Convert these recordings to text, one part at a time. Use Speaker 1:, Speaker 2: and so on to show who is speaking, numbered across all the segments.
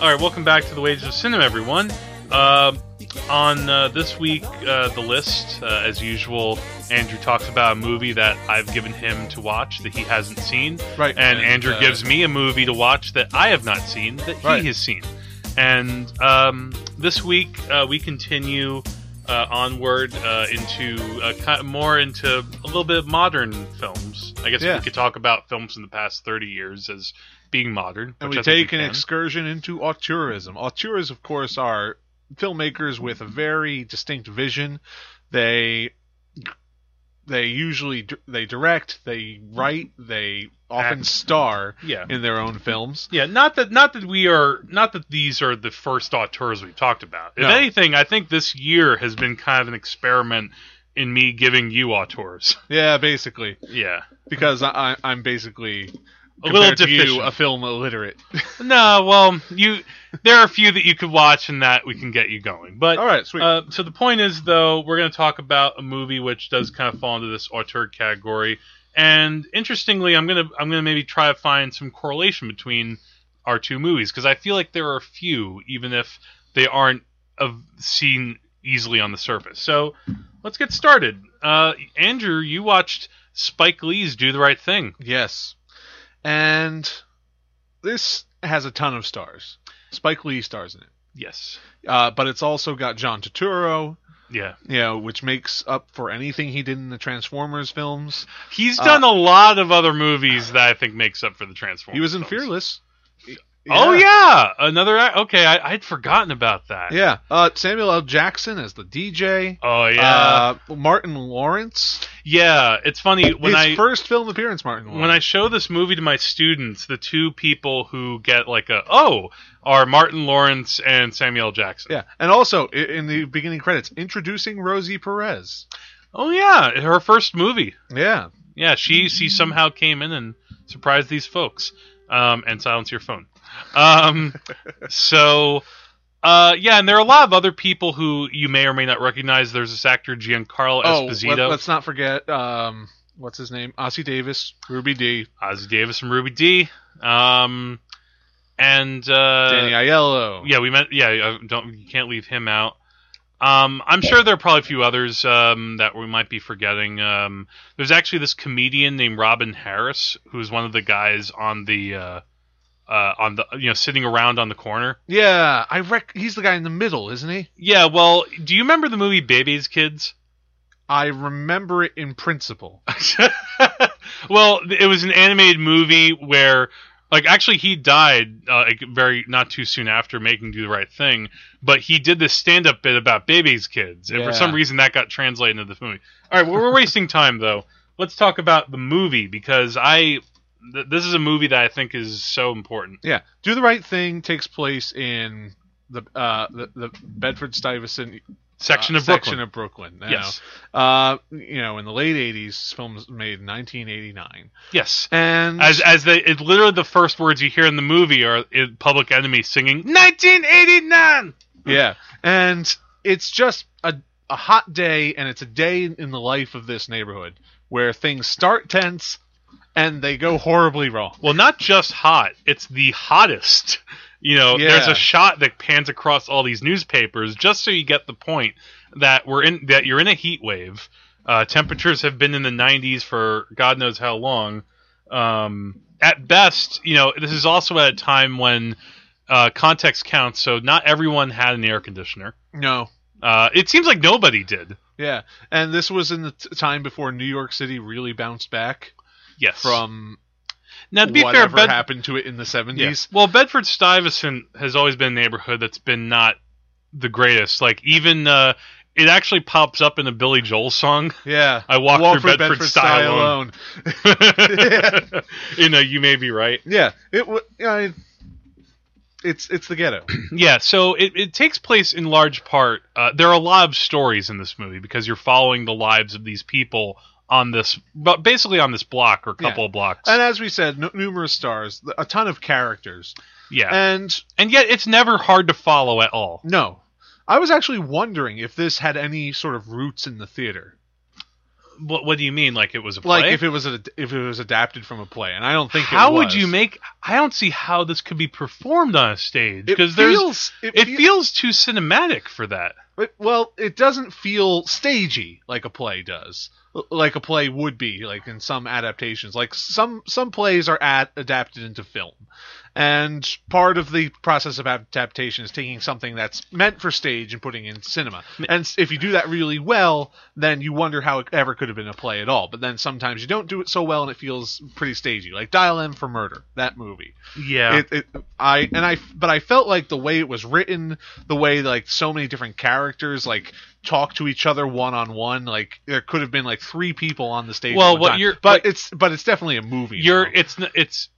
Speaker 1: All right, welcome back to the Wages of Cinema, everyone. Uh, on uh, this week, uh, the list, uh, as usual, Andrew talks about a movie that I've given him to watch that he hasn't seen,
Speaker 2: Right.
Speaker 1: and,
Speaker 3: And,
Speaker 1: Andrew
Speaker 3: uh,
Speaker 1: gives me a movie to watch that I have not seen that he
Speaker 2: Right.
Speaker 1: has seen. And um, this week, uh, we continue uh, onward uh, into uh, kind more into a little bit of modern films. I guess
Speaker 2: Yeah.
Speaker 1: we could talk about films in the past thirty years as being modern,
Speaker 2: and
Speaker 1: which
Speaker 2: we
Speaker 1: I think
Speaker 2: take an
Speaker 1: can.
Speaker 2: excursion into auteurism. Auteurs, of course, are filmmakers with a very distinct vision. They they usually d- they direct, they write, they often
Speaker 1: Act.
Speaker 2: star
Speaker 1: yeah.
Speaker 2: in their own films.
Speaker 1: Yeah, not that not that we are not that these are the first auteurs we've talked about. If
Speaker 2: No.
Speaker 1: anything, I think this year has been kind of an experiment in me giving you auteurs.
Speaker 2: Yeah, basically,
Speaker 1: Yeah.
Speaker 2: because I, I, I'm basically
Speaker 1: A little
Speaker 2: compared to you,
Speaker 1: deficient.
Speaker 2: a film illiterate.
Speaker 1: no, well, you there are a few that you could watch and that we can get you going. But
Speaker 2: All right, sweet.
Speaker 1: Uh, so the point is, though, we're going to talk about a movie which does kind of fall into this auteur category. And interestingly, I'm gonna I'm gonna maybe try to find some correlation between our two movies because I feel like there are a few, even if they aren't uh, seen easily on the surface. So let's get started. Uh, Andrew, you watched Spike Lee's Do the Right Thing.
Speaker 2: Yes. And this has a ton of stars. Spike Lee stars in it.
Speaker 1: Yes.
Speaker 2: Uh, but it's also got John Turturro,
Speaker 1: Yeah.
Speaker 2: you know, which makes up for anything he did in the Transformers films.
Speaker 1: He's done a lot of other movies that I think makes up for the Transformers.
Speaker 2: He was in
Speaker 1: films.
Speaker 2: Fearless.
Speaker 1: Oh yeah, another. act- Okay, I, I'd forgotten about that.
Speaker 2: Yeah. Uh, Samuel L. Jackson as the DJ.
Speaker 1: Oh yeah,
Speaker 2: Uh, Martin Lawrence.
Speaker 1: yeah. It's funny when
Speaker 2: His
Speaker 1: I
Speaker 2: first film appearance, Martin Lawrence.
Speaker 1: when I show this movie to my students, the two people who get like a oh are Martin Lawrence and Samuel L. Jackson.
Speaker 2: Yeah. And also, i- in the beginning credits, introducing Rosie Perez.
Speaker 1: Oh yeah, her first movie.
Speaker 2: Yeah.
Speaker 1: Yeah, she she somehow came in and surprised these folks. Um, and silence your phone. Um, so, uh, yeah, and there are a lot of other people who you may or may not recognize. There's this actor Giancarlo
Speaker 2: Oh,
Speaker 1: Esposito.
Speaker 2: let, us not forget um, what's his name, Ossie Davis, Ruby D,
Speaker 1: Ozzy Davis from Ruby D. Um, and uh,
Speaker 2: Danny Aiello.
Speaker 1: yeah, we meant yeah. I Don't you can't leave him out. Um, I'm sure there are probably a few others um, that we might be forgetting. Um, there's actually this comedian named Robin Harris, who's one of the guys on the uh, uh, on the you know sitting around on the corner.
Speaker 2: yeah, I rec- he's the guy in the middle, isn't he?
Speaker 1: Yeah, well, do you remember the movie Baby's Kids?
Speaker 2: I remember it in principle.
Speaker 1: well, it was an animated movie where, like, actually he died uh, like, very not too soon after making Do the Right Thing, but he did this stand-up bit about babies' kids, and for
Speaker 2: Yeah.
Speaker 1: some reason that got translated into the movie. All right, well, we're wasting time though. Let's talk about the movie because I th- this is a movie that I think is so important.
Speaker 2: Yeah, Do the Right Thing takes place in the uh, the, the Bedford Stuyvesant uh,
Speaker 1: Section of Brooklyn.
Speaker 2: section of Brooklyn. you
Speaker 1: yes,
Speaker 2: know. Uh, you know, in the late '80s, this film was made in 1989,
Speaker 1: yes.
Speaker 2: and
Speaker 1: As as they, it literally the first words you hear in the movie are uh, Public Enemy singing 1989.
Speaker 2: yeah, and it's just a a hot day, and it's a day in the life of this neighborhood where things start tense and they go horribly wrong.
Speaker 1: Well, not just hot. It's the hottest. You know,
Speaker 2: Yeah.
Speaker 1: there's a shot that pans across all these newspapers just so you get the point that we're in that you're in a heat wave. Uh, temperatures have been in the 90s for God knows how long. Um, at best, you know, this is also at a time when uh, context counts, so not everyone had an air conditioner.
Speaker 2: No,
Speaker 1: Uh, it seems like nobody did.
Speaker 2: yeah, and this was in the t- time before New York City really bounced back
Speaker 1: Yes.
Speaker 2: from
Speaker 1: now, to be fair,
Speaker 2: whatever
Speaker 1: Bed-
Speaker 2: happened to it in the
Speaker 1: Yeah.
Speaker 2: '70s.
Speaker 1: Well, Bedford Stuyvesant has always been a neighborhood that's been not the greatest. Like even uh, it actually pops up in a Billy Joel song.
Speaker 2: Yeah,
Speaker 1: I walk, through Bedford, Stuy alone. you know, you may be right.
Speaker 2: Yeah, it w- I, it's it's the ghetto.
Speaker 1: Yeah, so it, it takes place in large part. Uh, there are a lot of stories in this movie because you're following the lives of these people on this, but basically on this block or couple of blocks.
Speaker 2: and as we said, nu- numerous stars, a ton of characters,
Speaker 1: yeah,
Speaker 2: and
Speaker 1: and yet it's never hard to follow at all.
Speaker 2: No. I was actually wondering if this had any sort of roots in the theater.
Speaker 1: What, what do you mean? Like it was a play?
Speaker 2: Like if it was a, if it was adapted from a play, and I don't think.
Speaker 1: how
Speaker 2: it
Speaker 1: would
Speaker 2: was.
Speaker 1: you make? I don't see how this could be performed on a stage
Speaker 2: It
Speaker 1: because there's
Speaker 2: feels- it,
Speaker 1: it
Speaker 2: feels
Speaker 1: feels too cinematic for that.
Speaker 2: But, well, it doesn't feel stagey like a play does, L- like a play would be, like in some adaptations. Like some some plays are ad- adapted into film, and part of the process of adaptation is taking something that's meant for stage and putting it in cinema. And s- if you do that really well, then you wonder how it ever could have been a play at all. But then sometimes you don't do it so well, and it feels pretty stagey. Like Dial M for Murder, that movie.
Speaker 1: Yeah,
Speaker 2: It, it, I and I, but I felt like the way it was written, the way like so many different characters like talk to each other one on one. Like there could have been like three people on the stage. at
Speaker 1: Well,
Speaker 2: one
Speaker 1: what
Speaker 2: time.
Speaker 1: you're-
Speaker 2: but
Speaker 1: what-
Speaker 2: it's but it's definitely a movie.
Speaker 1: you're
Speaker 2: now.
Speaker 1: it's n- it's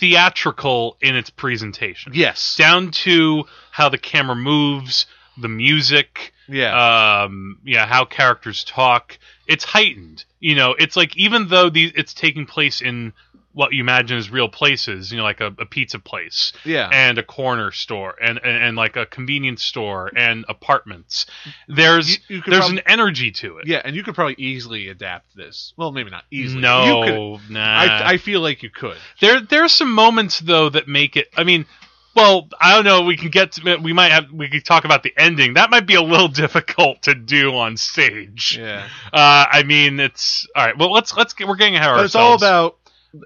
Speaker 1: theatrical in its presentation.
Speaker 2: yes,
Speaker 1: down to how the camera moves, the music,
Speaker 2: yeah,
Speaker 1: um, yeah, how characters talk. It's heightened. You know, it's like even though these, it's taking place in what you imagine as real places, you know, like a, a pizza place
Speaker 2: yeah.
Speaker 1: and a corner store and, and, and like a convenience store and apartments. There's
Speaker 2: You- you could
Speaker 1: there's
Speaker 2: prob-
Speaker 1: an energy to it.
Speaker 2: yeah, and you could probably easily adapt this. Well, maybe not easily.
Speaker 1: no,
Speaker 2: you could,
Speaker 1: nah.
Speaker 2: I, I feel like you could.
Speaker 1: There, there are some moments though that make it. I mean, well, I don't know. We can get. To, we might have. We could talk about the ending. That might be a little difficult to do on stage.
Speaker 2: Yeah,
Speaker 1: Uh, I mean, it's all right. Well, let's let's get. We're getting ahead of
Speaker 2: but
Speaker 1: ourselves.
Speaker 2: it's all about.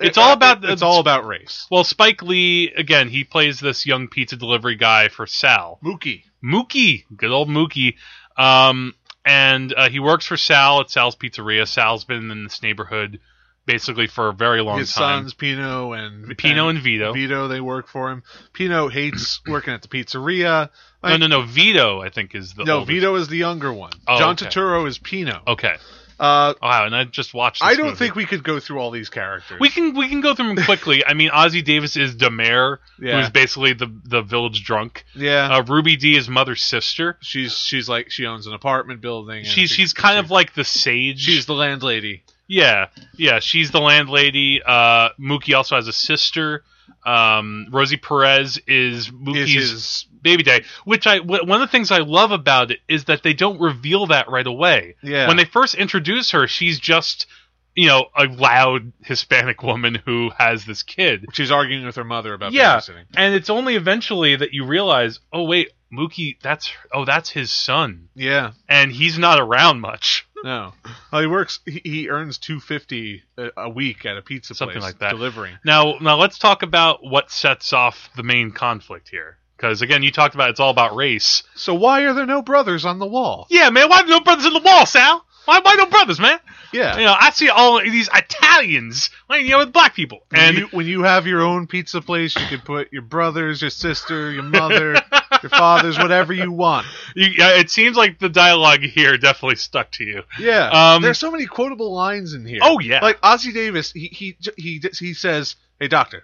Speaker 1: It's all about the-
Speaker 2: It's all about race.
Speaker 1: Well, Spike Lee again. He plays this young pizza delivery guy for Sal.
Speaker 2: Mookie.
Speaker 1: Mookie, good old Mookie. Um, and uh, he works for Sal at Sal's Pizzeria. Sal's been in this neighborhood basically for a very long
Speaker 2: His
Speaker 1: time.
Speaker 2: sons Pino and
Speaker 1: Pino and Vito.
Speaker 2: Vito, they work for him. Pino hates working at the pizzeria.
Speaker 1: no, no, no. Vito, I think, is the
Speaker 2: No,
Speaker 1: oldest.
Speaker 2: Vito is the younger one.
Speaker 1: Oh,
Speaker 2: John
Speaker 1: okay.
Speaker 2: Turturro is Pino.
Speaker 1: Okay.
Speaker 2: Uh,
Speaker 1: Wow, and I just watched. This
Speaker 2: I don't
Speaker 1: movie.
Speaker 2: think we could go through all these characters.
Speaker 1: we can we can go through them quickly. I mean, Ozzy Davis is Demare,
Speaker 2: yeah,
Speaker 1: who's basically the the village drunk.
Speaker 2: yeah.
Speaker 1: Uh, Ruby D is mother's sister.
Speaker 2: she's she's like she owns an apartment building. and
Speaker 1: She's
Speaker 2: she-
Speaker 1: she's kind
Speaker 2: she-
Speaker 1: of like the sage.
Speaker 2: she's the landlady.
Speaker 1: yeah yeah. She's the landlady. Uh, Mookie also has a sister. Um, Rosie Perez is
Speaker 2: Is
Speaker 1: Mookie's
Speaker 2: his
Speaker 1: baby day. Which I wh- one of the things I love about it is that they don't reveal that right away.
Speaker 2: yeah?
Speaker 1: when they first introduce her, she's just you know a loud Hispanic woman who has this kid,
Speaker 2: she's arguing with her mother about
Speaker 1: Yeah.
Speaker 2: babysitting.
Speaker 1: and it's only eventually that you realize, oh wait, Mookie, that's oh that's his son,
Speaker 2: Yeah,
Speaker 1: and he's not around much.
Speaker 2: no. Well, he works. He, he earns two fifty a, a week at a pizza
Speaker 1: Something
Speaker 2: place
Speaker 1: like that.
Speaker 2: delivering.
Speaker 1: Now, now let's talk about what sets off the main conflict here, because again, you talked about it's all about race.
Speaker 2: So why are there no brothers on the wall?
Speaker 1: Yeah, man, why no brothers in the wall, Sal? Why, why no brothers, man?
Speaker 2: Yeah,
Speaker 1: You know, I see all these Italians hanging out with black people,
Speaker 2: And
Speaker 1: and
Speaker 2: when you, when you have your own pizza place, you can put your brothers, your sister, your mother, your father's, whatever you want.
Speaker 1: You, yeah, it seems like the dialogue here definitely stuck to you.
Speaker 2: Yeah.
Speaker 1: Um,
Speaker 2: There's so many quotable lines in here.
Speaker 1: Oh yeah,
Speaker 2: Like Ozzie Davis, he he he he says, "Hey doctor,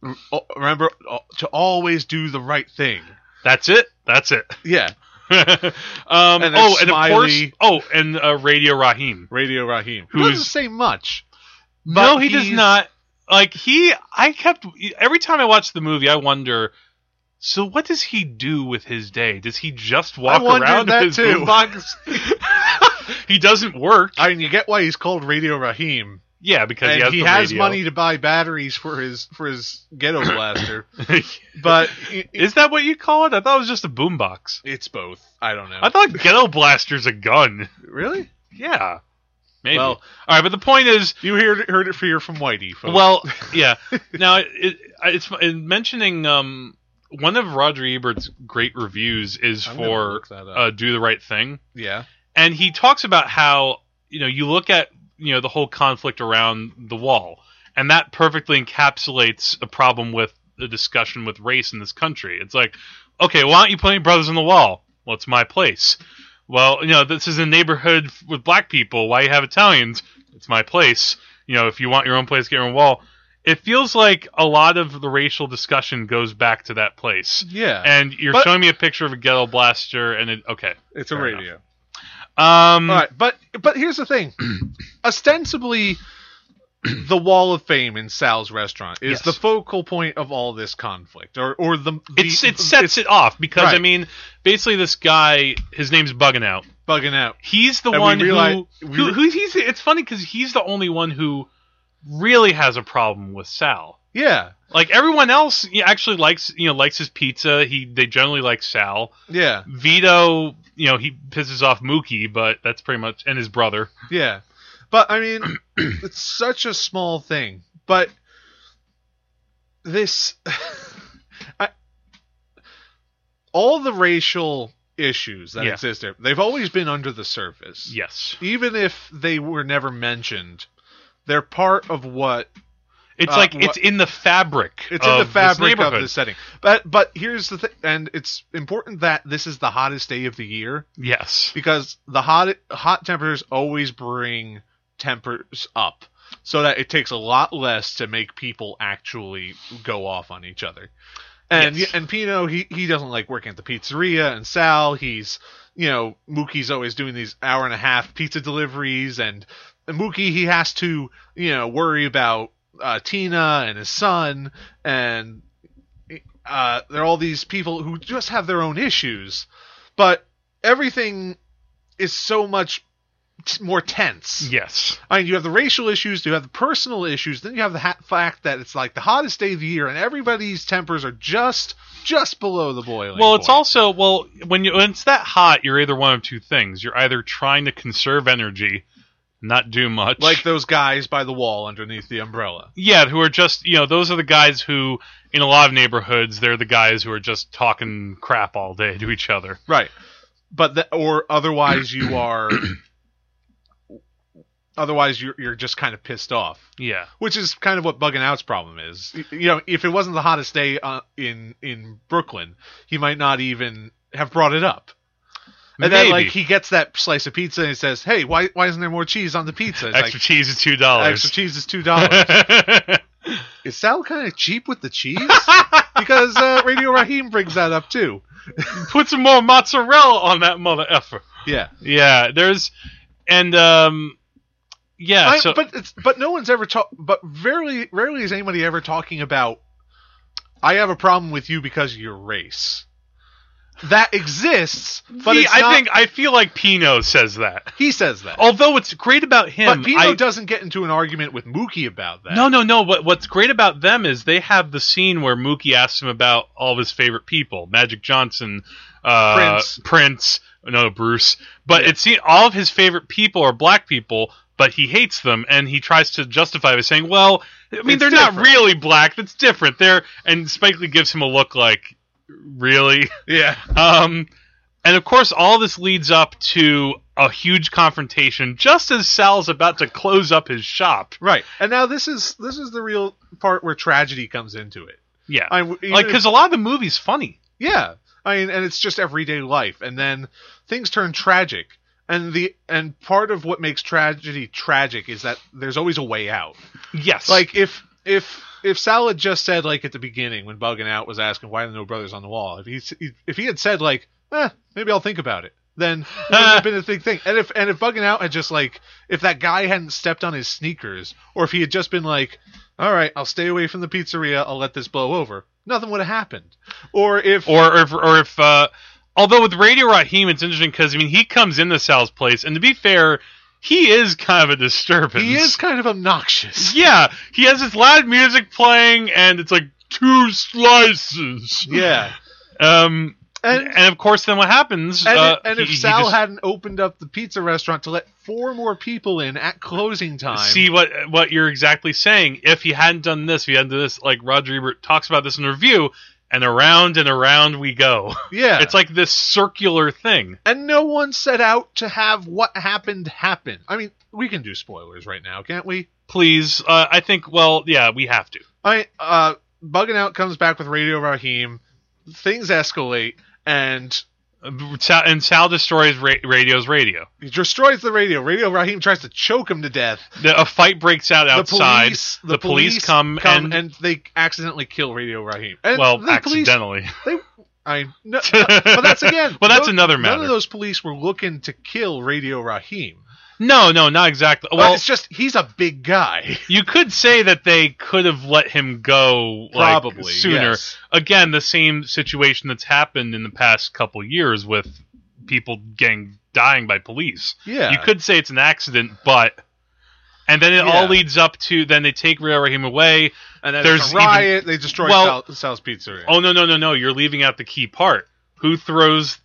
Speaker 2: re- remember uh, to always do the right thing."
Speaker 1: that's it. That's it.
Speaker 2: Yeah.
Speaker 1: um,
Speaker 2: then
Speaker 1: oh, and of course,
Speaker 2: Smiley.
Speaker 1: oh, and uh, Radio Rahim.
Speaker 2: Radio Raheem, who
Speaker 1: Who
Speaker 2: doesn't
Speaker 1: is-
Speaker 2: say much.
Speaker 1: No,
Speaker 2: but
Speaker 1: he does
Speaker 2: he's-
Speaker 1: not. Like he, I kept every time I watched the movie, I wonder. So what does he do with his day? Does he just walk
Speaker 2: wondered
Speaker 1: around
Speaker 2: that
Speaker 1: with his
Speaker 2: too.
Speaker 1: boombox? he doesn't work.
Speaker 2: I mean, you get why he's called Radio Raheem,
Speaker 1: yeah, because he
Speaker 2: and
Speaker 1: has,
Speaker 2: he
Speaker 1: the
Speaker 2: has
Speaker 1: radio.
Speaker 2: money to buy batteries for his for his ghetto blaster. But i- i-
Speaker 1: Is that what you call it? I thought it was just a boombox.
Speaker 2: it's both. I don't know.
Speaker 1: I thought Ghetto Blaster's a gun.
Speaker 2: really?
Speaker 1: Yeah. Maybe.
Speaker 2: Well- oh.
Speaker 1: all right, but the point is,
Speaker 2: You heard heard it here from Whitey, folks.
Speaker 1: well, yeah. Now, it, it, it's in mentioning um, one of Roger Ebert's great reviews is
Speaker 2: I'm gonna
Speaker 1: for
Speaker 2: look that up.
Speaker 1: uh, "Do the Right Thing,"
Speaker 2: yeah,
Speaker 1: and he talks about how you know you look at you know the whole conflict around the wall, and that perfectly encapsulates a problem with the discussion with race in this country. It's like, okay, why aren't you putting brothers on the wall? Well, it's my place. Well, you know, this is a neighborhood f- with black people. Why you have Italians? It's my place. You know, if you want your own place, get your own wall. It feels like a lot of the racial discussion goes back to that place.
Speaker 2: yeah.
Speaker 1: And you're
Speaker 2: But-
Speaker 1: showing me a picture of a ghetto blaster, and it, okay.
Speaker 2: it's a
Speaker 1: fair
Speaker 2: radio.
Speaker 1: Um,
Speaker 2: All right, but but here's the thing. Ostensibly, the Wall of Fame in Sal's restaurant is
Speaker 1: Yes.
Speaker 2: the focal point of all this conflict, or or the, the
Speaker 1: it's it sets it off because I
Speaker 2: Right.
Speaker 1: mean, basically this guy, his name's bugging out.
Speaker 2: bugging out.
Speaker 1: He's the
Speaker 2: And we
Speaker 1: one
Speaker 2: reali-
Speaker 1: who,
Speaker 2: we
Speaker 1: who,
Speaker 2: re-
Speaker 1: who he's, it's funny because he's the only one who really has a problem with Sal.
Speaker 2: Yeah,
Speaker 1: Like everyone else, he actually likes you know likes his pizza. He they generally like Sal.
Speaker 2: yeah,
Speaker 1: Vito, you know, he pisses off Mookie, but that's pretty much and his brother.
Speaker 2: yeah. But I mean, it's such a small thing. But this, I, all the racial issues that
Speaker 1: Yeah.
Speaker 2: exist there, they've always been under the surface.
Speaker 1: Yes,
Speaker 2: Even if they were never mentioned, they're part of what
Speaker 1: it's
Speaker 2: Uh,
Speaker 1: like
Speaker 2: what-
Speaker 1: it's in the fabric.
Speaker 2: It's in the
Speaker 1: of this
Speaker 2: fabric of
Speaker 1: neighborhood.
Speaker 2: the setting. But but here's the thing, and it's important that this is the hottest day of the year
Speaker 1: Yes,
Speaker 2: because the hot hot temperatures always bring tempers up, so that it takes a lot less to make people actually go off on each other. And
Speaker 1: Yes.
Speaker 2: and Pino he he doesn't like working at the pizzeria, and Sal he's you know Mookie's always doing these hour and a half pizza deliveries, and Mookie he has to you know worry about uh, Tina and his son, and uh, there are all these people who just have their own issues, but everything is so much t- more tense.
Speaker 1: yes,
Speaker 2: I mean, you have the racial issues, you have the personal issues, then you have the ha- fact that it's like the hottest day of the year, and everybody's tempers are just just below the boiling.
Speaker 1: Well, it's
Speaker 2: point.
Speaker 1: also well when you when it's that hot, you're either one of two things. You're either trying to conserve energy, not do much,
Speaker 2: like those guys by the wall underneath the umbrella.
Speaker 1: yeah, who are just you know those are the guys who in a lot of neighborhoods they're the guys who are just talking crap all day to each other.
Speaker 2: Right. But the, or otherwise you are otherwise you're you're just kind of pissed off.
Speaker 1: Yeah,
Speaker 2: which is kind of what bugging out's problem is. Y- You know, if it wasn't the hottest day uh, in in Brooklyn, he might not even have brought it up. And then,
Speaker 1: Maybe.
Speaker 2: like, he gets that slice of pizza and he says, "Hey, why why isn't there more cheese on the pizza?" It's
Speaker 1: extra cheese is two dollars.
Speaker 2: like, extra cheese is two dollars. is Sal kind of cheap with the cheese? because uh, Radio Raheem brings that up too.
Speaker 1: Put some more mozzarella on that mother effer.
Speaker 2: Yeah,
Speaker 1: Yeah, there's and um yeah,
Speaker 2: I-
Speaker 1: so
Speaker 2: but it's but no one's ever talk. But rarely rarely is anybody ever talking about. I have a problem with you because of your race. That exists, but
Speaker 1: See,
Speaker 2: it's
Speaker 1: I
Speaker 2: not-
Speaker 1: think I feel like Pino says that.
Speaker 2: he says that.
Speaker 1: Although what's great about him,
Speaker 2: but Pino
Speaker 1: I,
Speaker 2: doesn't get into an argument with Mookie about that.
Speaker 1: no, no, no. What what's great about them is they have the scene where Mookie asks him about all of his favorite people, Magic Johnson, uh,
Speaker 2: Prince.
Speaker 1: Prince, no Bruce. But it's all of his favorite people are black people, but he hates them, and he tries to justify it by saying, "Well, I mean,
Speaker 2: It's
Speaker 1: they're not
Speaker 2: different."
Speaker 1: really black. That's different." They're and Spike Lee gives him a look like, "Really."
Speaker 2: Yeah.
Speaker 1: Um, and of course, all this leads up to a huge confrontation just as Sal's about to close up his shop.
Speaker 2: Right. And now this is this is the real part where tragedy comes into it.
Speaker 1: Yeah.
Speaker 2: I even
Speaker 1: like,
Speaker 2: if-
Speaker 1: because a lot of the movie's funny.
Speaker 2: Yeah, I mean, and it's just everyday life, and then things turn tragic, and the and part of what makes tragedy tragic is that there's always a way out.
Speaker 1: Yes.
Speaker 2: Like if if if Sal had just said like at the beginning when Bugging Out was asking why are there no brothers on the wall, if he s- if he had said like, eh, maybe I'll think about it. Then it would have been a big thing. And if and if bugging out had just like if that guy hadn't stepped on his sneakers, or if he had just been like, "All right, I'll stay away from the pizzeria. I'll let this blow over," nothing would have happened. Or if
Speaker 1: or if, or if, uh, although with Radio Raheem, it's interesting because I mean he comes into Sal's place, and to be fair, he is kind of a disturbance.
Speaker 2: He is kind of obnoxious.
Speaker 1: Yeah, he has this loud music playing, and it's like two slices.
Speaker 2: Yeah.
Speaker 1: Um, and,
Speaker 2: And
Speaker 1: of course, then what happens?
Speaker 2: and,
Speaker 1: uh,
Speaker 2: and if
Speaker 1: he- he
Speaker 2: Sal
Speaker 1: just-
Speaker 2: hadn't opened up the pizza restaurant to let four more people in at closing time,
Speaker 1: see what what you're exactly saying. If he hadn't done this, if he hadn't done this, like Roger Ebert talks about this in a review, and around and around we go.
Speaker 2: yeah,
Speaker 1: It's like this circular thing.
Speaker 2: and no one set out to have what happened happen. I mean, we can do spoilers right now, can't we?
Speaker 1: Please, uh, I think. Well, yeah, we have to.
Speaker 2: I uh, bugging out comes back with Radio Raheem, things escalate, and
Speaker 1: Uh, Sal, and Sal destroys ra- radio's radio.
Speaker 2: he destroys the radio. Radio Raheem tries to choke him to death.
Speaker 1: The, a fight breaks out outside.
Speaker 2: the police,
Speaker 1: the police come and-
Speaker 2: they accidentally kill Radio Raheem. And
Speaker 1: well,
Speaker 2: the police
Speaker 1: accidentally.
Speaker 2: They, I no, but but that's again.
Speaker 1: Well, that's
Speaker 2: no-
Speaker 1: another
Speaker 2: None
Speaker 1: matter.
Speaker 2: of those police were looking to kill Radio Raheem.
Speaker 1: no, no, not exactly.
Speaker 2: Well,
Speaker 1: Well,
Speaker 2: it's just he's a big guy.
Speaker 1: you could say that they could have let him go like,
Speaker 2: Probably
Speaker 1: sooner.
Speaker 2: yes.
Speaker 1: again the same situation that's happened in the past couple years with people getting dying by police.
Speaker 2: Yeah.
Speaker 1: You could say it's an accident, but and then it all
Speaker 2: Yeah.
Speaker 1: leads up to then they take Rahim away.
Speaker 2: and then
Speaker 1: there's
Speaker 2: there's a riot. they destroy
Speaker 1: well-
Speaker 2: Sal, Sal's Pizzeria.
Speaker 1: Oh no no no no! You're leaving out the key part. Who throws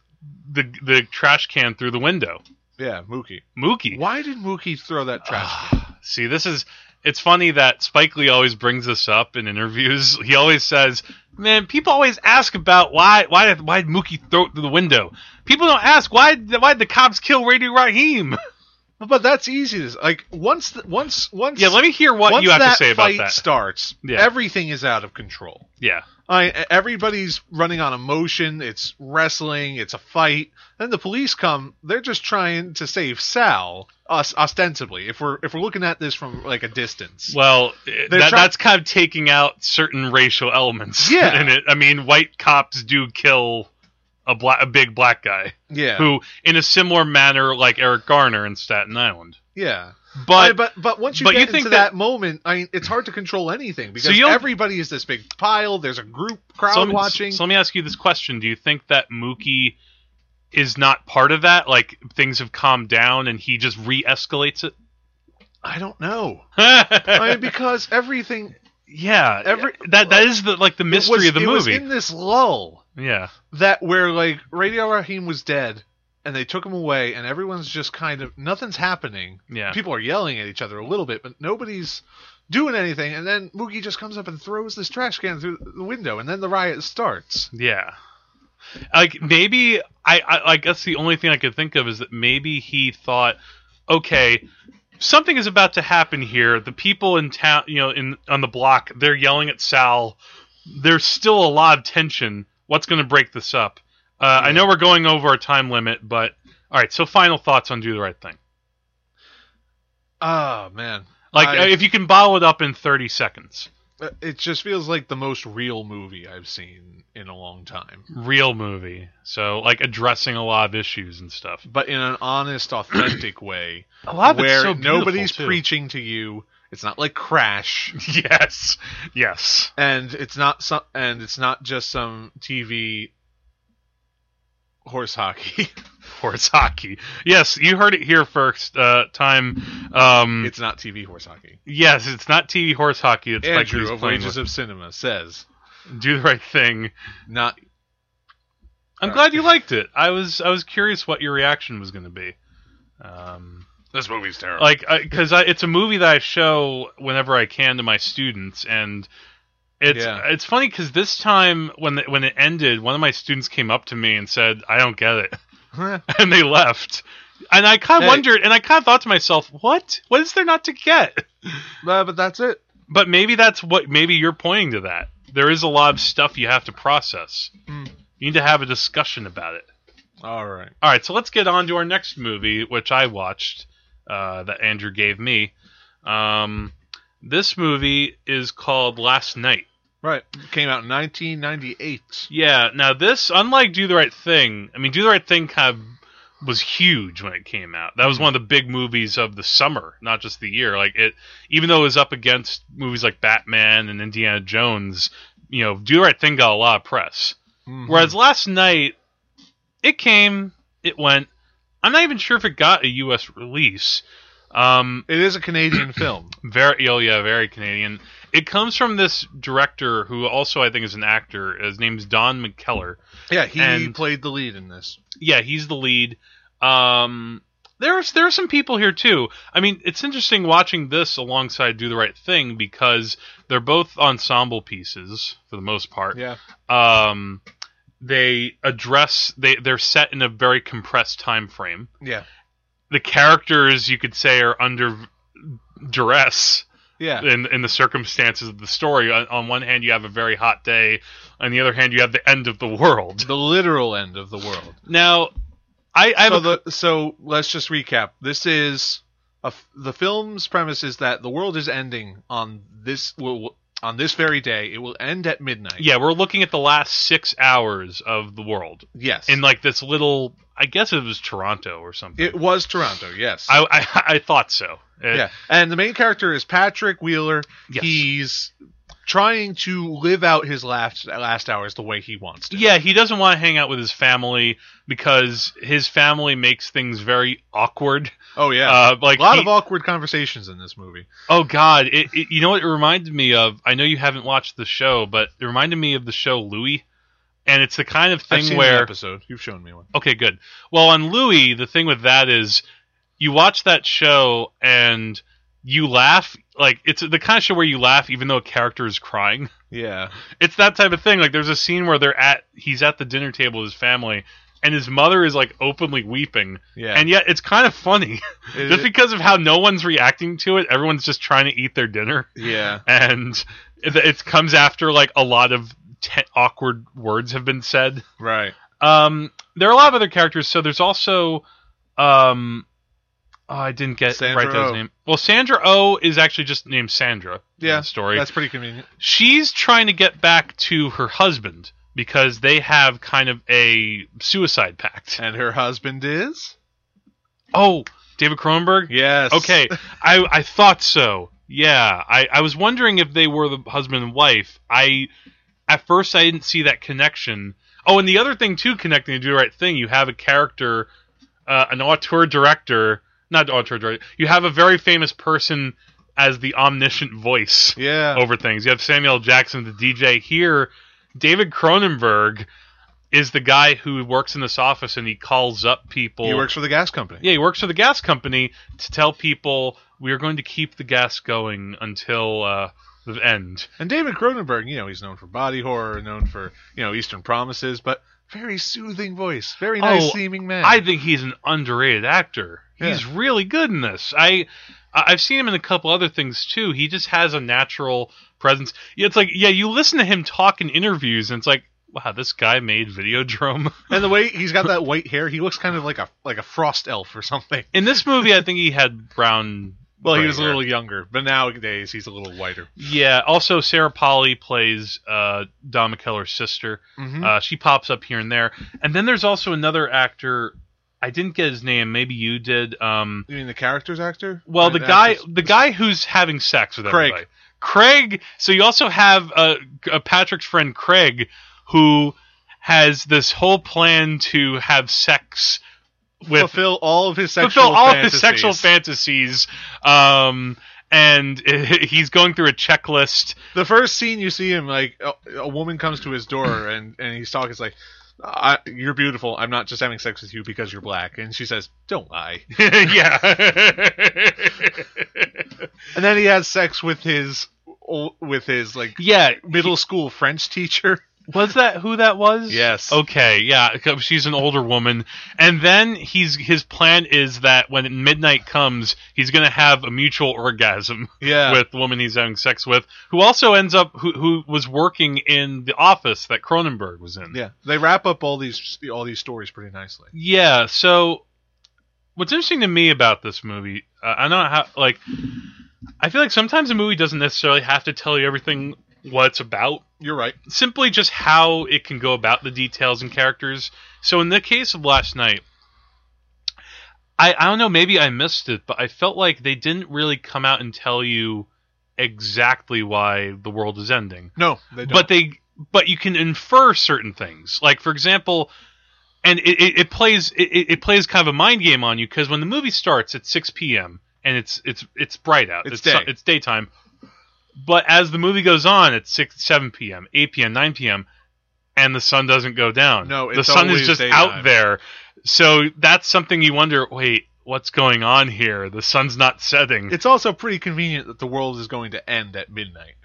Speaker 1: the the trash can through the window?
Speaker 2: yeah, Mookie.
Speaker 1: Mookie.
Speaker 2: Why did Mookie throw that trash? can?
Speaker 1: Ah, See, this is it's funny that Spike Lee always brings this up in interviews. He always says, "Man, people always ask about why why did why did Mookie throw it through the window. People don't ask why why did the cops kill Radio Raheem."
Speaker 2: But that's easy. To, like once, the, once, once.
Speaker 1: Ah. yeah, let me hear what
Speaker 2: once
Speaker 1: you have
Speaker 2: that
Speaker 1: to say about
Speaker 2: fight
Speaker 1: that.
Speaker 2: starts,
Speaker 1: Yeah.
Speaker 2: everything is out of control.
Speaker 1: yeah,
Speaker 2: I, e, everybody's running on emotion. It's wrestling. It's a fight. Then the police come. They're just trying to save Sal. Us ostensibly, if we're if we're looking at this from like a distance.
Speaker 1: well, that,
Speaker 2: trying-
Speaker 1: that's kind of taking out certain racial elements
Speaker 2: Yeah.
Speaker 1: in it. I mean, white cops do kill a black a big black guy
Speaker 2: yeah,
Speaker 1: who, in a similar manner, like Eric Garner in Staten Island,
Speaker 2: yeah. I-
Speaker 1: but.
Speaker 2: but but once you
Speaker 1: but
Speaker 2: get
Speaker 1: you think
Speaker 2: into
Speaker 1: that-
Speaker 2: that, moment, I mean, it's hard to control anything because
Speaker 1: you don't-
Speaker 2: everybody is this big pile. There's a group crowd
Speaker 1: so let me-
Speaker 2: watching.
Speaker 1: So let me ask you this question: Do you think that Mookie is not part of that? Like things have calmed down and he just re-escalates it?
Speaker 2: I don't know. I mean, because everything
Speaker 1: yeah,
Speaker 2: every-
Speaker 1: that that is the like the
Speaker 2: it
Speaker 1: mystery
Speaker 2: was-
Speaker 1: of the
Speaker 2: it was
Speaker 1: movie.
Speaker 2: in this lull
Speaker 1: yeah,
Speaker 2: that where like Radio Raheem was dead and they took him away and everyone's just kind of nothing's happening.
Speaker 1: yeah.
Speaker 2: People are yelling at each other a little bit, but nobody's doing anything. And then Mookie just comes up and throws this trash can through the window, and then the riot starts.
Speaker 1: Yeah. Like maybe I, I I guess the only thing I could think of is that maybe he thought, okay, something is about to happen here. The people in town, you know, in on the block, they're yelling at Sal. There's still a lot of tension. What's going to break this up? Uh, I know we're going over our time limit, but all right. So final thoughts on Do the Right Thing.
Speaker 2: Ah man,
Speaker 1: Like
Speaker 2: I-
Speaker 1: if you can bottle it up in 30 seconds,
Speaker 2: Uh, it just feels like the most real movie I've seen in a long time,
Speaker 1: real movie. So like addressing a lot of issues and stuff.
Speaker 2: but in an honest, authentic way
Speaker 1: A lot
Speaker 2: where nobody's preaching to you. It's not like Crash.
Speaker 1: Yes. Yes.
Speaker 2: and it's not some, and it's not just some TV horse hockey.
Speaker 1: Horse hockey. Yes, you heard it here first uh, time. Um,
Speaker 2: it's not TV horse hockey.
Speaker 1: yes, it's not TV horse hockey. It's like
Speaker 2: Andrew
Speaker 1: Lee's
Speaker 2: of
Speaker 1: playing
Speaker 2: Wages
Speaker 1: with.
Speaker 2: of Cinema says
Speaker 1: do the right thing.
Speaker 2: not.
Speaker 1: I'm
Speaker 2: All
Speaker 1: glad you liked it. I was I was curious what your reaction was going to be. Um,
Speaker 2: This movie's terrible.
Speaker 1: like because I, it's a movie that I show whenever I can to my students, and it's
Speaker 2: Yeah.
Speaker 1: it's funny because this time when the, when it ended, one of my students came up to me and said, "I don't get it." and they left. And I kind of
Speaker 2: Hey.
Speaker 1: wondered, and I kind of thought to myself, what? What is there not to get?
Speaker 2: but that's it.
Speaker 1: But maybe that's what. Maybe you're pointing to that. There is a lot of stuff you have to process.
Speaker 2: Mm.
Speaker 1: You need to have a discussion about it.
Speaker 2: All right.
Speaker 1: All right, so let's get on to our next movie, which I watched uh, that Andrew gave me. Um, this movie is called Last Night.
Speaker 2: Right. Came out in 1998.
Speaker 1: Yeah. Now this, unlike Do the Right Thing, I mean, Do the Right Thing kind of was huge when it came out. That was one of the big movies of the summer, not just the year. Like it, even though it was up against movies like Batman and Indiana Jones, you know, Do the Right Thing got a lot of press.
Speaker 2: Mhm.
Speaker 1: Whereas last night, it came, it went. I'm not even sure if it got a U.S. release. Um,
Speaker 2: Mm-hmm. It is a Canadian film.
Speaker 1: very, oh yeah, very Canadian. It comes from this director who also I think is an actor. His name's Don McKellar.
Speaker 2: Yeah, he
Speaker 1: And-
Speaker 2: played the lead in this.
Speaker 1: yeah, he's the lead. Um, there's there are some people here too. I mean, it's interesting watching this alongside Do the Right Thing because they're both ensemble pieces for the most part.
Speaker 2: Yeah.
Speaker 1: Um, they address they they're set in a very compressed time frame.
Speaker 2: Yeah.
Speaker 1: The characters you could say are under v- duress
Speaker 2: Yeah.
Speaker 1: in in the circumstances of the story. On, on one hand, you have a very hot day. On the other hand, you have the end of the world.
Speaker 2: The literal end of the world.
Speaker 1: Now, I, I have
Speaker 2: so,
Speaker 1: a
Speaker 2: the, so let's just recap. This is a f the film's premise is that the world is ending on this will, on this very day. It will end at midnight.
Speaker 1: Yeah, we're looking at the last six hours of the world
Speaker 2: Yes.
Speaker 1: in like this little. I guess it was Toronto or something.
Speaker 2: it was Toronto. Yes.
Speaker 1: I, I I thought so. It-
Speaker 2: yeah. And the main character is Patrick Wheeler.
Speaker 1: Yes.
Speaker 2: He's trying to live out his last last hours the way he wants to.
Speaker 1: Yeah, he doesn't want to hang out with his family because his family makes things very awkward.
Speaker 2: Oh yeah.
Speaker 1: Uh, like
Speaker 2: a lot
Speaker 1: he-
Speaker 2: of awkward conversations in this movie.
Speaker 1: Oh God! It, it, you know what it reminded me of? I know you haven't watched the show, but it reminded me of the show Louis, and it's the kind of
Speaker 2: I've
Speaker 1: thing
Speaker 2: seen
Speaker 1: where
Speaker 2: an episode. You've shown me one.
Speaker 1: okay, good. Well, on Louis, the thing with that is you watch that show and you laugh like it's the kind of show where you laugh even though a character is crying.
Speaker 2: Yeah.
Speaker 1: It's that type of thing. Like there's a scene where they're at he's at the dinner table with his family. And his mother is like openly weeping,
Speaker 2: Yeah.
Speaker 1: and yet it's kind of funny
Speaker 2: It-
Speaker 1: just because of how no one's reacting to it. Everyone's just trying to eat their dinner
Speaker 2: yeah.
Speaker 1: and it, it comes after like a lot of te- awkward words have been said.
Speaker 2: Right.
Speaker 1: Um, there are a lot of other characters. So there's also, um, oh, I didn't get
Speaker 2: Sandra
Speaker 1: right those
Speaker 2: Oh.
Speaker 1: name. Well, Sandra O is actually just named Sandra. in
Speaker 2: Yeah,
Speaker 1: the story.
Speaker 2: That's pretty convenient.
Speaker 1: She's trying to get back to her husband because they have kind of a suicide pact.
Speaker 2: And her husband is?
Speaker 1: Oh, David Cronenberg.
Speaker 2: Yes.
Speaker 1: Okay, I I thought so. Yeah, I I was wondering if they were the husband and wife. I at first I didn't see that connection. Oh, and the other thing too, connecting to do the right thing, you have a character, uh, an auteur director, not auteur director. You have a very famous person as the omniscient voice
Speaker 2: Yeah.
Speaker 1: over things. You have Samuel L. Jackson, the DJ. Here, David Cronenberg is the guy who works in this office and he calls up people.
Speaker 2: He works for the gas company.
Speaker 1: Oh. Yeah, he works for the gas company to tell people we are going to keep the gas going until uh, the end.
Speaker 2: And David Cronenberg, you know, he's known for body horror, known for, you know, Eastern Promises, but very soothing voice, very nice
Speaker 1: Oh,
Speaker 2: seeming man.
Speaker 1: I think he's an underrated actor. He's really good in this. I I- I've seen him in a couple other things too. He just has a natural presence. Yeah, It's like yeah, you listen to him talk in interviews, and it's like wow, this guy made Videodrome.
Speaker 2: and the way he's got that white hair, he looks kind of like a like a frost elf or something.
Speaker 1: In this movie, I think he had brown.
Speaker 2: Well, he
Speaker 1: gray
Speaker 2: was a
Speaker 1: hair.
Speaker 2: little younger, but nowadays he's a little whiter.
Speaker 1: Yeah. Also, Sarah Polly plays uh, Don McKellar's sister.
Speaker 2: Mm-hmm.
Speaker 1: Uh, she pops up here and there. And then there's also another actor. I didn't get his name. Maybe you did. Um,
Speaker 2: you mean the character's actor?
Speaker 1: well,
Speaker 2: Or
Speaker 1: the
Speaker 2: an
Speaker 1: guy,
Speaker 2: actress?
Speaker 1: the guy who's having sex with
Speaker 2: Craig.
Speaker 1: everybody. Craig. So you also have uh, uh, Patrick's friend Craig, who has this whole plan to have sex with
Speaker 2: fulfill all of his sexual
Speaker 1: fulfill all of his
Speaker 2: fantasies.
Speaker 1: sexual fantasies. Um, and he's going through a checklist.
Speaker 2: the first scene you see him like a, a woman comes to his door and and he's talking it's like I, you're beautiful i'm not just having sex with you because you're black and she says don't lie
Speaker 1: yeah.
Speaker 2: and then he has sex with his ol- with his like
Speaker 1: Yeah,
Speaker 2: middle school french teacher Oh,
Speaker 1: was that who that was?
Speaker 2: Yes.
Speaker 1: Okay, yeah, 'cause she's an older woman, and then he's his plan is that when midnight comes, he's gonna have a mutual orgasm
Speaker 2: yeah
Speaker 1: with the woman he's having sex with, who also ends up who who was working in the office that Cronenberg was in.
Speaker 2: yeah they wrap up all these all these stories pretty nicely
Speaker 1: Yeah, so what's interesting to me about this movie, uh, I know how like I feel like sometimes a movie doesn't necessarily have to tell you everything what it's about.
Speaker 2: you're right
Speaker 1: simply just how it can go about the details and characters. So in the case of last night, I, I don't know, maybe I missed it, but I felt like they didn't really come out and tell you exactly why the world is ending.
Speaker 2: no they don't
Speaker 1: But they but you can infer certain things. Like for example, and it, it, it plays it, it- it plays kind of a mind game on you because when the movie starts at 6 p.m. and it's it's it's bright out,
Speaker 2: It's day.
Speaker 1: it's daytime. But as the movie goes on at 6 7 p.m., 8 p.m., 9 p.m., and the sun doesn't go down.
Speaker 2: No,
Speaker 1: the
Speaker 2: it's
Speaker 1: sun is
Speaker 2: always
Speaker 1: just
Speaker 2: daytime.
Speaker 1: out there. So that's something you wonder, wait, what's going on here? The sun's not setting.
Speaker 2: it's also pretty convenient that the world is going to end at midnight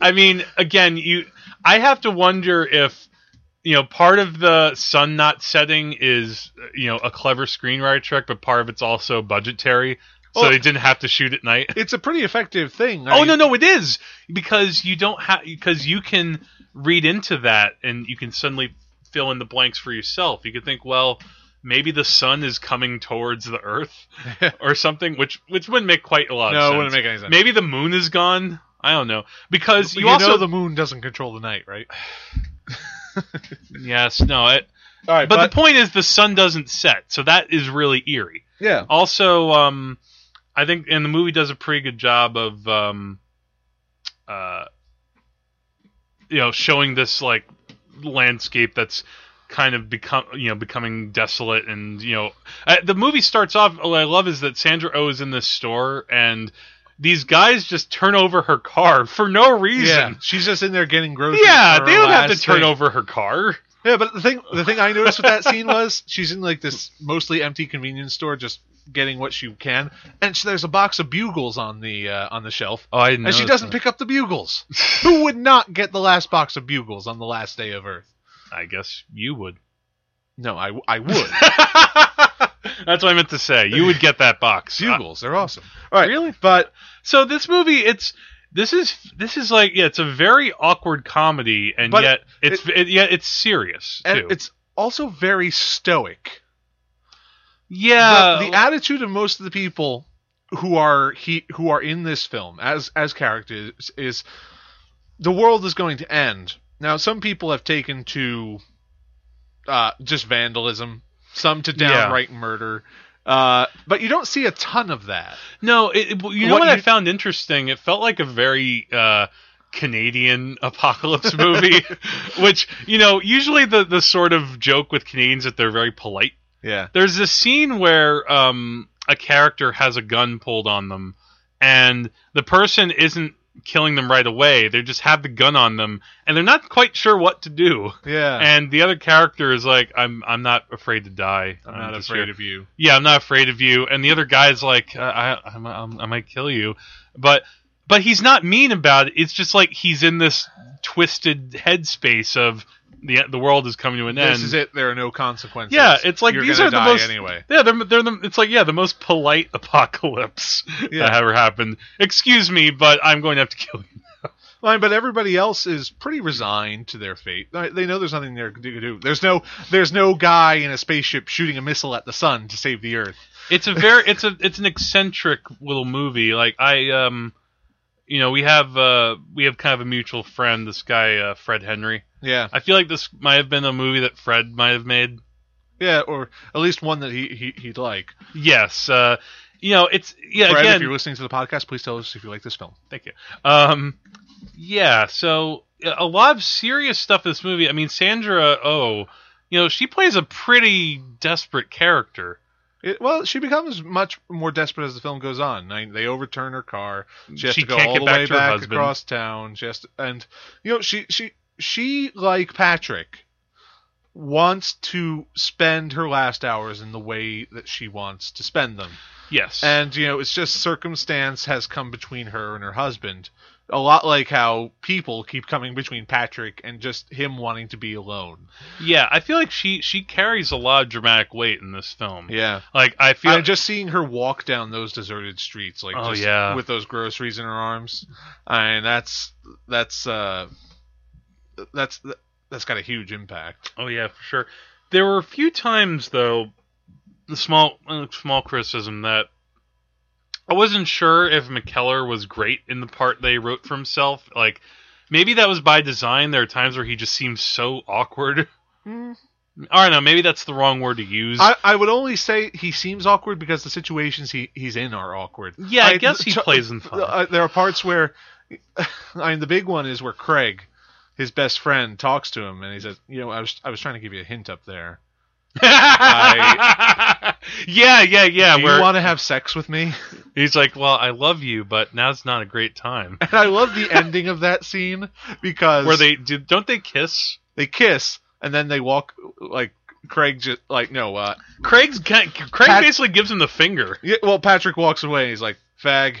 Speaker 1: I mean, again, you I have to wonder if you know part of the sun not setting is uh, you know a clever screenwriter trick, but part of it's also budgetary, so
Speaker 2: Well-
Speaker 1: they didn't have to shoot at night.
Speaker 2: it's a pretty effective thing I
Speaker 1: Oh
Speaker 2: mean,
Speaker 1: no, no, it is because you don't have because you can read into that and you can suddenly fill in the blanks for yourself. You could think, well, maybe the sun is coming towards the Earth or something, which which wouldn't make quite a lot of
Speaker 2: no
Speaker 1: sense.
Speaker 2: it wouldn't make any sense
Speaker 1: maybe the moon is gone. I don't know because
Speaker 2: you,
Speaker 1: you, also
Speaker 2: know the moon doesn't control the night right
Speaker 1: Yes, no. It,
Speaker 2: all right
Speaker 1: but, the point is, the sun doesn't set, so that is really eerie.
Speaker 2: yeah
Speaker 1: Also, um, I think, and the movie does a pretty good job of um, uh, you know, showing this like landscape that's kind of become you know becoming desolate and you know uh, the movie starts off what i love is that sandra o is in this store and these guys just turn over her car for no
Speaker 2: Yeah,
Speaker 1: reason
Speaker 2: she's just in there getting groceries.
Speaker 1: yeah,
Speaker 2: for her
Speaker 1: they don't have to
Speaker 2: last
Speaker 1: turn
Speaker 2: thing.
Speaker 1: over her car
Speaker 2: Yeah, but the thing the thing I noticed with that scene was she's in like this mostly empty convenience store, just getting what she can, and she, there's a box of bugles on the uh, on the shelf,
Speaker 1: oh i
Speaker 2: and she doesn't pick up the bugles. Who would not get the last box of bugles on the last day of Earth?
Speaker 1: i guess you would
Speaker 2: No, I, I would.
Speaker 1: that's what i meant to say you would get that box Uh,
Speaker 2: bugles, they're awesome. All right,
Speaker 1: Really? But so this movie, it's this is this is like yeah, it's a very awkward comedy, and
Speaker 2: But
Speaker 1: yet it's it, yet it's serious
Speaker 2: and
Speaker 1: too.
Speaker 2: it's also very stoic.
Speaker 1: yeah,
Speaker 2: the, the attitude of most of the people who are he who are in this film as as characters is the world is going to end. Now, some people have taken to uh, just vandalism, some to
Speaker 1: Yeah.
Speaker 2: downright murder, uh, but you don't see a ton of that.
Speaker 1: no, it, it- you know what,
Speaker 2: what
Speaker 1: I
Speaker 2: you-
Speaker 1: found interesting? It felt like a very uh, Canadian apocalypse movie, which you know usually the the sort of joke with Canadians that they're very polite.
Speaker 2: Yeah,
Speaker 1: there's this scene where um, a character has a gun pulled on them, and the person isn't killing them right away. They just have the gun on them, and they're not quite sure what to do.
Speaker 2: yeah.
Speaker 1: And the other character is like, "I'm I'm not afraid to die.
Speaker 2: I'm not
Speaker 1: just
Speaker 2: afraid
Speaker 1: here-
Speaker 2: of you.
Speaker 1: Yeah, I'm not afraid of you." And the other guy's like, "Uh, "I I, I'm, I'm, I might kill you," but but he's not mean about it. It's just like he's in this twisted headspace of the the world is coming to an end.
Speaker 2: this is it. There are no consequences.
Speaker 1: Yeah, it's like
Speaker 2: You're
Speaker 1: these
Speaker 2: gonna
Speaker 1: are the
Speaker 2: die
Speaker 1: most-
Speaker 2: anyway.
Speaker 1: Yeah, they're, they're the, it's like yeah, the most polite apocalypse
Speaker 2: Yeah.
Speaker 1: that ever happened. Excuse me, but I'm going to have to kill you.
Speaker 2: Fine, but everybody else is pretty resigned to their fate. They they know there's nothing there to do. There's no, there's no guy in a spaceship shooting a missile at the sun to save the Earth.
Speaker 1: It's a very it's a it's an eccentric little movie. Like I um, you know, we have uh we have kind of a mutual friend, this guy uh, Fred Henry.
Speaker 2: Yeah,
Speaker 1: I feel like this might have been a movie that Fred might have made.
Speaker 2: yeah, or at least one that he, he he'd like.
Speaker 1: Yes, uh, you know, it's yeah
Speaker 2: Brad, if
Speaker 1: again.
Speaker 2: you're listening to the podcast, please tell us if you like this film.
Speaker 1: Thank you. Um, yeah, so uh, a lot of serious stuff in this movie. I mean, Sandra Oh, you know, she plays a pretty desperate character.
Speaker 2: It, well, she becomes much more desperate as the film goes on. I, they overturn her car. She has
Speaker 1: She
Speaker 2: to go
Speaker 1: can't
Speaker 2: all
Speaker 1: get
Speaker 2: the
Speaker 1: back
Speaker 2: way
Speaker 1: to her
Speaker 2: back
Speaker 1: husband.
Speaker 2: across town. Just and you know she she she like Patrick wants to spend her last hours in the way that she wants to spend them.
Speaker 1: Yes.
Speaker 2: And you know, it's just circumstance has come between her and her husband. A lot like how people keep coming between Patrick and just him wanting to be alone.
Speaker 1: yeah, I feel like she she carries a lot of dramatic weight in this film.
Speaker 2: Yeah.
Speaker 1: Like I feel
Speaker 2: I'm just seeing her walk down those deserted streets like
Speaker 1: Oh,
Speaker 2: just
Speaker 1: yeah.
Speaker 2: with those groceries in her arms. I mean, that's that's uh that's that's got a huge impact.
Speaker 1: Oh yeah, for sure. There were a few times though, the small uh, small criticism that I wasn't sure if McKellar was great in the part they wrote for himself. Like maybe that was by design. There are times where he just seems so awkward. I don't know. Maybe that's the wrong word to use.
Speaker 2: I, I would only say he seems awkward because the situations he, he's in are awkward.
Speaker 1: yeah, I, guess he
Speaker 2: t-
Speaker 1: plays in fun.
Speaker 2: Uh, there are parts where, I mean, the big one is where Craig, his best friend, talks to him, and he says, "You know, I was I was trying to give you a hint up there.
Speaker 1: yeah, yeah, yeah.
Speaker 2: Do
Speaker 1: Where
Speaker 2: you want to have sex with me?"
Speaker 1: he's like, "Well, I love you, but now's not a great time."
Speaker 2: And I love the ending of that scene because
Speaker 1: Where they do, don't they kiss?
Speaker 2: they kiss and then they walk like Craig just like no, uh,
Speaker 1: Craig's Craig
Speaker 2: Pat-
Speaker 1: basically gives him the finger.
Speaker 2: yeah, well Patrick walks away. and He's like fag,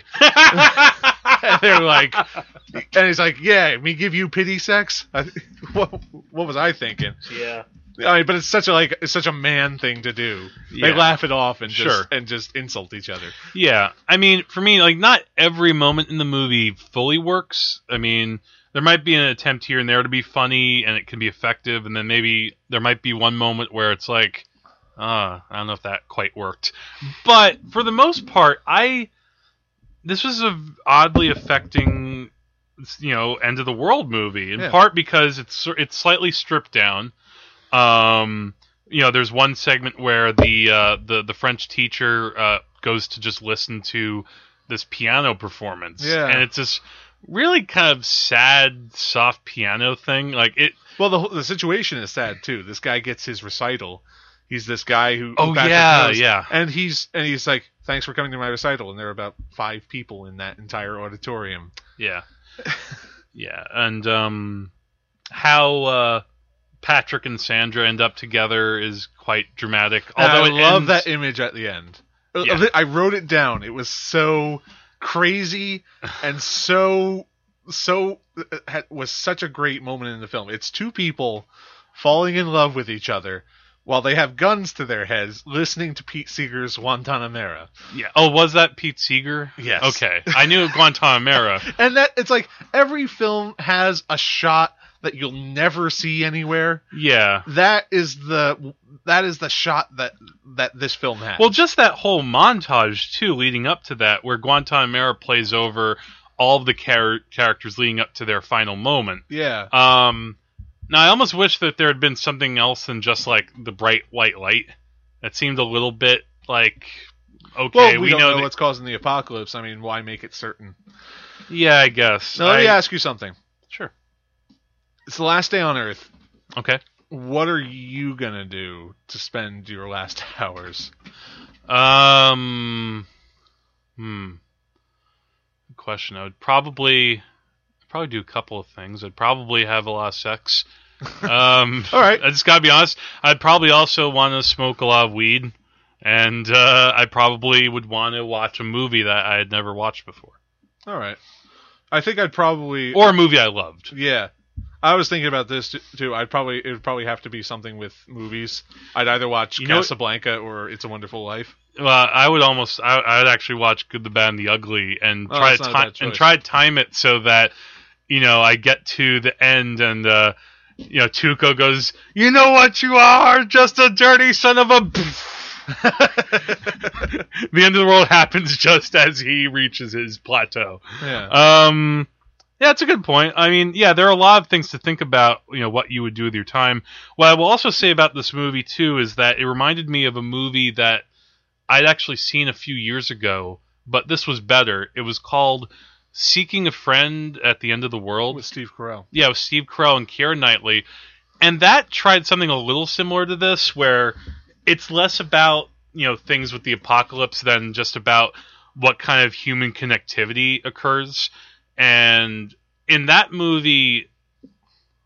Speaker 2: and they're like, and he's like, yeah, me give you pity sex. I, what what was I thinking?
Speaker 1: yeah.
Speaker 2: I mean, but it's such a like it's such a man thing to do.
Speaker 1: Yeah.
Speaker 2: They laugh it off and just
Speaker 1: Sure.
Speaker 2: and just insult each other.
Speaker 1: Yeah. I mean, for me, like, not every moment in the movie fully works. I mean, there might be an attempt here and there to be funny and it can be effective, and then maybe there might be one moment where it's like, uh, I don't know if that quite worked. But for the most part, I. This was a oddly affecting, you know, end of the world movie in
Speaker 2: Yeah.
Speaker 1: part because it's it's slightly stripped down. Um, you know, there's one segment where the uh, the the French teacher uh, goes to just listen to this piano performance,
Speaker 2: Yeah.
Speaker 1: and it's this really kind of sad soft piano thing. Like it
Speaker 2: Well, the whole- the situation is sad too. This guy gets his recital. He's this guy who.
Speaker 1: Oh,
Speaker 2: Patrick
Speaker 1: yeah,
Speaker 2: knows.
Speaker 1: yeah.
Speaker 2: And he's and he's like, thanks for coming to my recital. And there are about five people in that entire auditorium.
Speaker 1: Yeah. yeah. And um how uh Patrick and Sandra end up together is quite dramatic.
Speaker 2: And
Speaker 1: Although
Speaker 2: I
Speaker 1: it
Speaker 2: love
Speaker 1: ends-
Speaker 2: that image at the end. Uh,
Speaker 1: Yeah.
Speaker 2: I wrote it down. It was so crazy and so so it had- was such a great moment in the film. It's two people falling in love with each other while they have guns to their heads, listening to Pete Seeger's "Guantanamera."
Speaker 1: Yeah. Oh, was that Pete Seeger?
Speaker 2: Yes.
Speaker 1: Okay. I knew Guantanamera.
Speaker 2: And that it's like every film has a shot that you'll never see anywhere.
Speaker 1: yeah.
Speaker 2: That is the that is the shot that that this film has.
Speaker 1: Well, just that whole montage too, leading up to that, where Guantanamera plays over all of the char- characters leading up to their final moment.
Speaker 2: yeah.
Speaker 1: Um, now I almost wish that there had been something else than just like the bright white light. That seemed a little bit like okay,
Speaker 2: Well, we, don't
Speaker 1: know.
Speaker 2: know
Speaker 1: that-
Speaker 2: what's causing the apocalypse. I mean, why make it certain?
Speaker 1: yeah, I guess.
Speaker 2: Now, let me
Speaker 1: I-
Speaker 2: ask you something.
Speaker 1: Sure.
Speaker 2: It's the last day on Earth.
Speaker 1: Okay.
Speaker 2: What are you gonna do to spend your last hours?
Speaker 1: Um. Hmm. Good question. I would probably probably do a couple of things. I'd probably have a lot of sex. Um.
Speaker 2: All right.
Speaker 1: I just gotta be honest. I'd probably also want to smoke a lot of weed, and uh, I probably would want to watch a movie that I had never watched before,
Speaker 2: All right. I think I'd probably
Speaker 1: or a movie I loved.
Speaker 2: Yeah. I was thinking about this t- too. I'd probably it would probably have to be something with movies. I'd either watch
Speaker 1: You know-
Speaker 2: Casablanca or It's a Wonderful Life.
Speaker 1: Well, I would almost, I, I would actually watch Good, the Bad, and the Ugly, and
Speaker 2: Oh,
Speaker 1: try
Speaker 2: that's
Speaker 1: to
Speaker 2: not a
Speaker 1: time
Speaker 2: bad choice.
Speaker 1: and try to time it so that you know I get to the end and. uh you know, Tuco goes. You know what you are? Just a dirty son of a. the end of the world happens just as he reaches his plateau.
Speaker 2: Yeah.
Speaker 1: Um, yeah, it's a good point. I mean, yeah, there are a lot of things to think about. You know, what you would do with your time. What I will also say about this movie too is that it reminded me of a movie that I'd actually seen a few years ago, but this was better. It was called "Seeking a Friend at the End of the World."
Speaker 2: with Steve Carell.
Speaker 1: yeah, with Steve Carell and Keira Knightley, and that tried something a little similar to this, where it's less about you know things with the apocalypse than just about what kind of human connectivity occurs. And in that movie,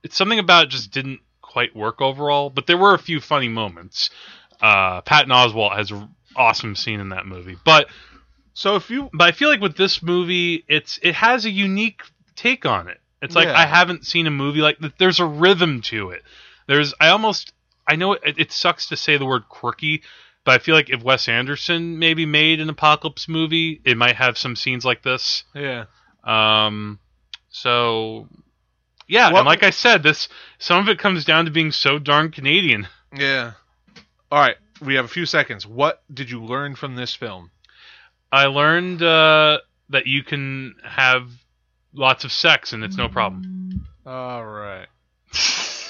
Speaker 1: it's something about it just didn't quite work overall. But there were a few funny moments. Uh, Patton Oswalt has an awesome scene in that movie, but
Speaker 2: So if you
Speaker 1: but I feel like with this movie, it's it has a unique take on it. It's like
Speaker 2: Yeah.
Speaker 1: I haven't seen a movie like that. There's a rhythm to it. There's I almost I know it, it sucks to say the word quirky, but I feel like if Wes Anderson maybe made an apocalypse movie, it might have some scenes like this.
Speaker 2: yeah.
Speaker 1: Um, so yeah,
Speaker 2: What-
Speaker 1: and like I said, this some of it comes down to being so darn Canadian.
Speaker 2: Yeah. All right, we have a few seconds. What did you learn from this film?
Speaker 1: I learned uh, that you can have lots of sex and it's no problem.
Speaker 2: All right.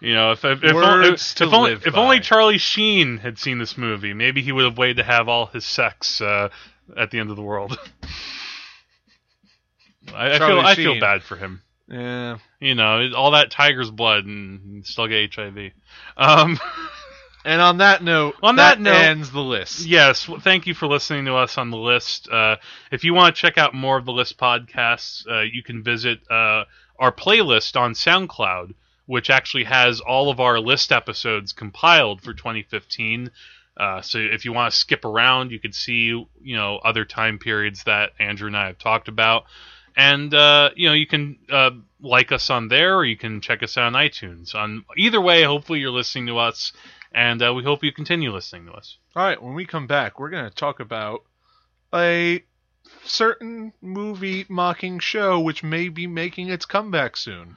Speaker 1: you know, if if, if, only,
Speaker 2: Words
Speaker 1: if,
Speaker 2: to
Speaker 1: only,
Speaker 2: live
Speaker 1: if only
Speaker 2: by.
Speaker 1: Charlie Sheen had seen this movie, maybe he would have waited to have all his sex uh, at the end of the world. I, I feel
Speaker 2: Charlie
Speaker 1: I feel
Speaker 2: Sheen.
Speaker 1: bad for him.
Speaker 2: Yeah.
Speaker 1: You know, it- all that tiger's blood and still get HIV. Um,
Speaker 2: And on that note,
Speaker 1: On that note-
Speaker 2: ends the list.
Speaker 1: yes, well, thank you for listening to us on the list. Uh, if you want to check out more of the list podcasts, uh, you can visit uh, our playlist on SoundCloud, which actually has all of our list episodes compiled for 2015. Uh, so if you want to skip around, you can see you know other time periods that Andrew and I have talked about, and uh, you know you can uh, like us on there, or you can check us out on iTunes. On either way, hopefully you're listening to us, and uh, we hope you continue listening to us.
Speaker 2: All right, when we come back, we're going to talk about a certain movie mocking show which may be making its comeback soon.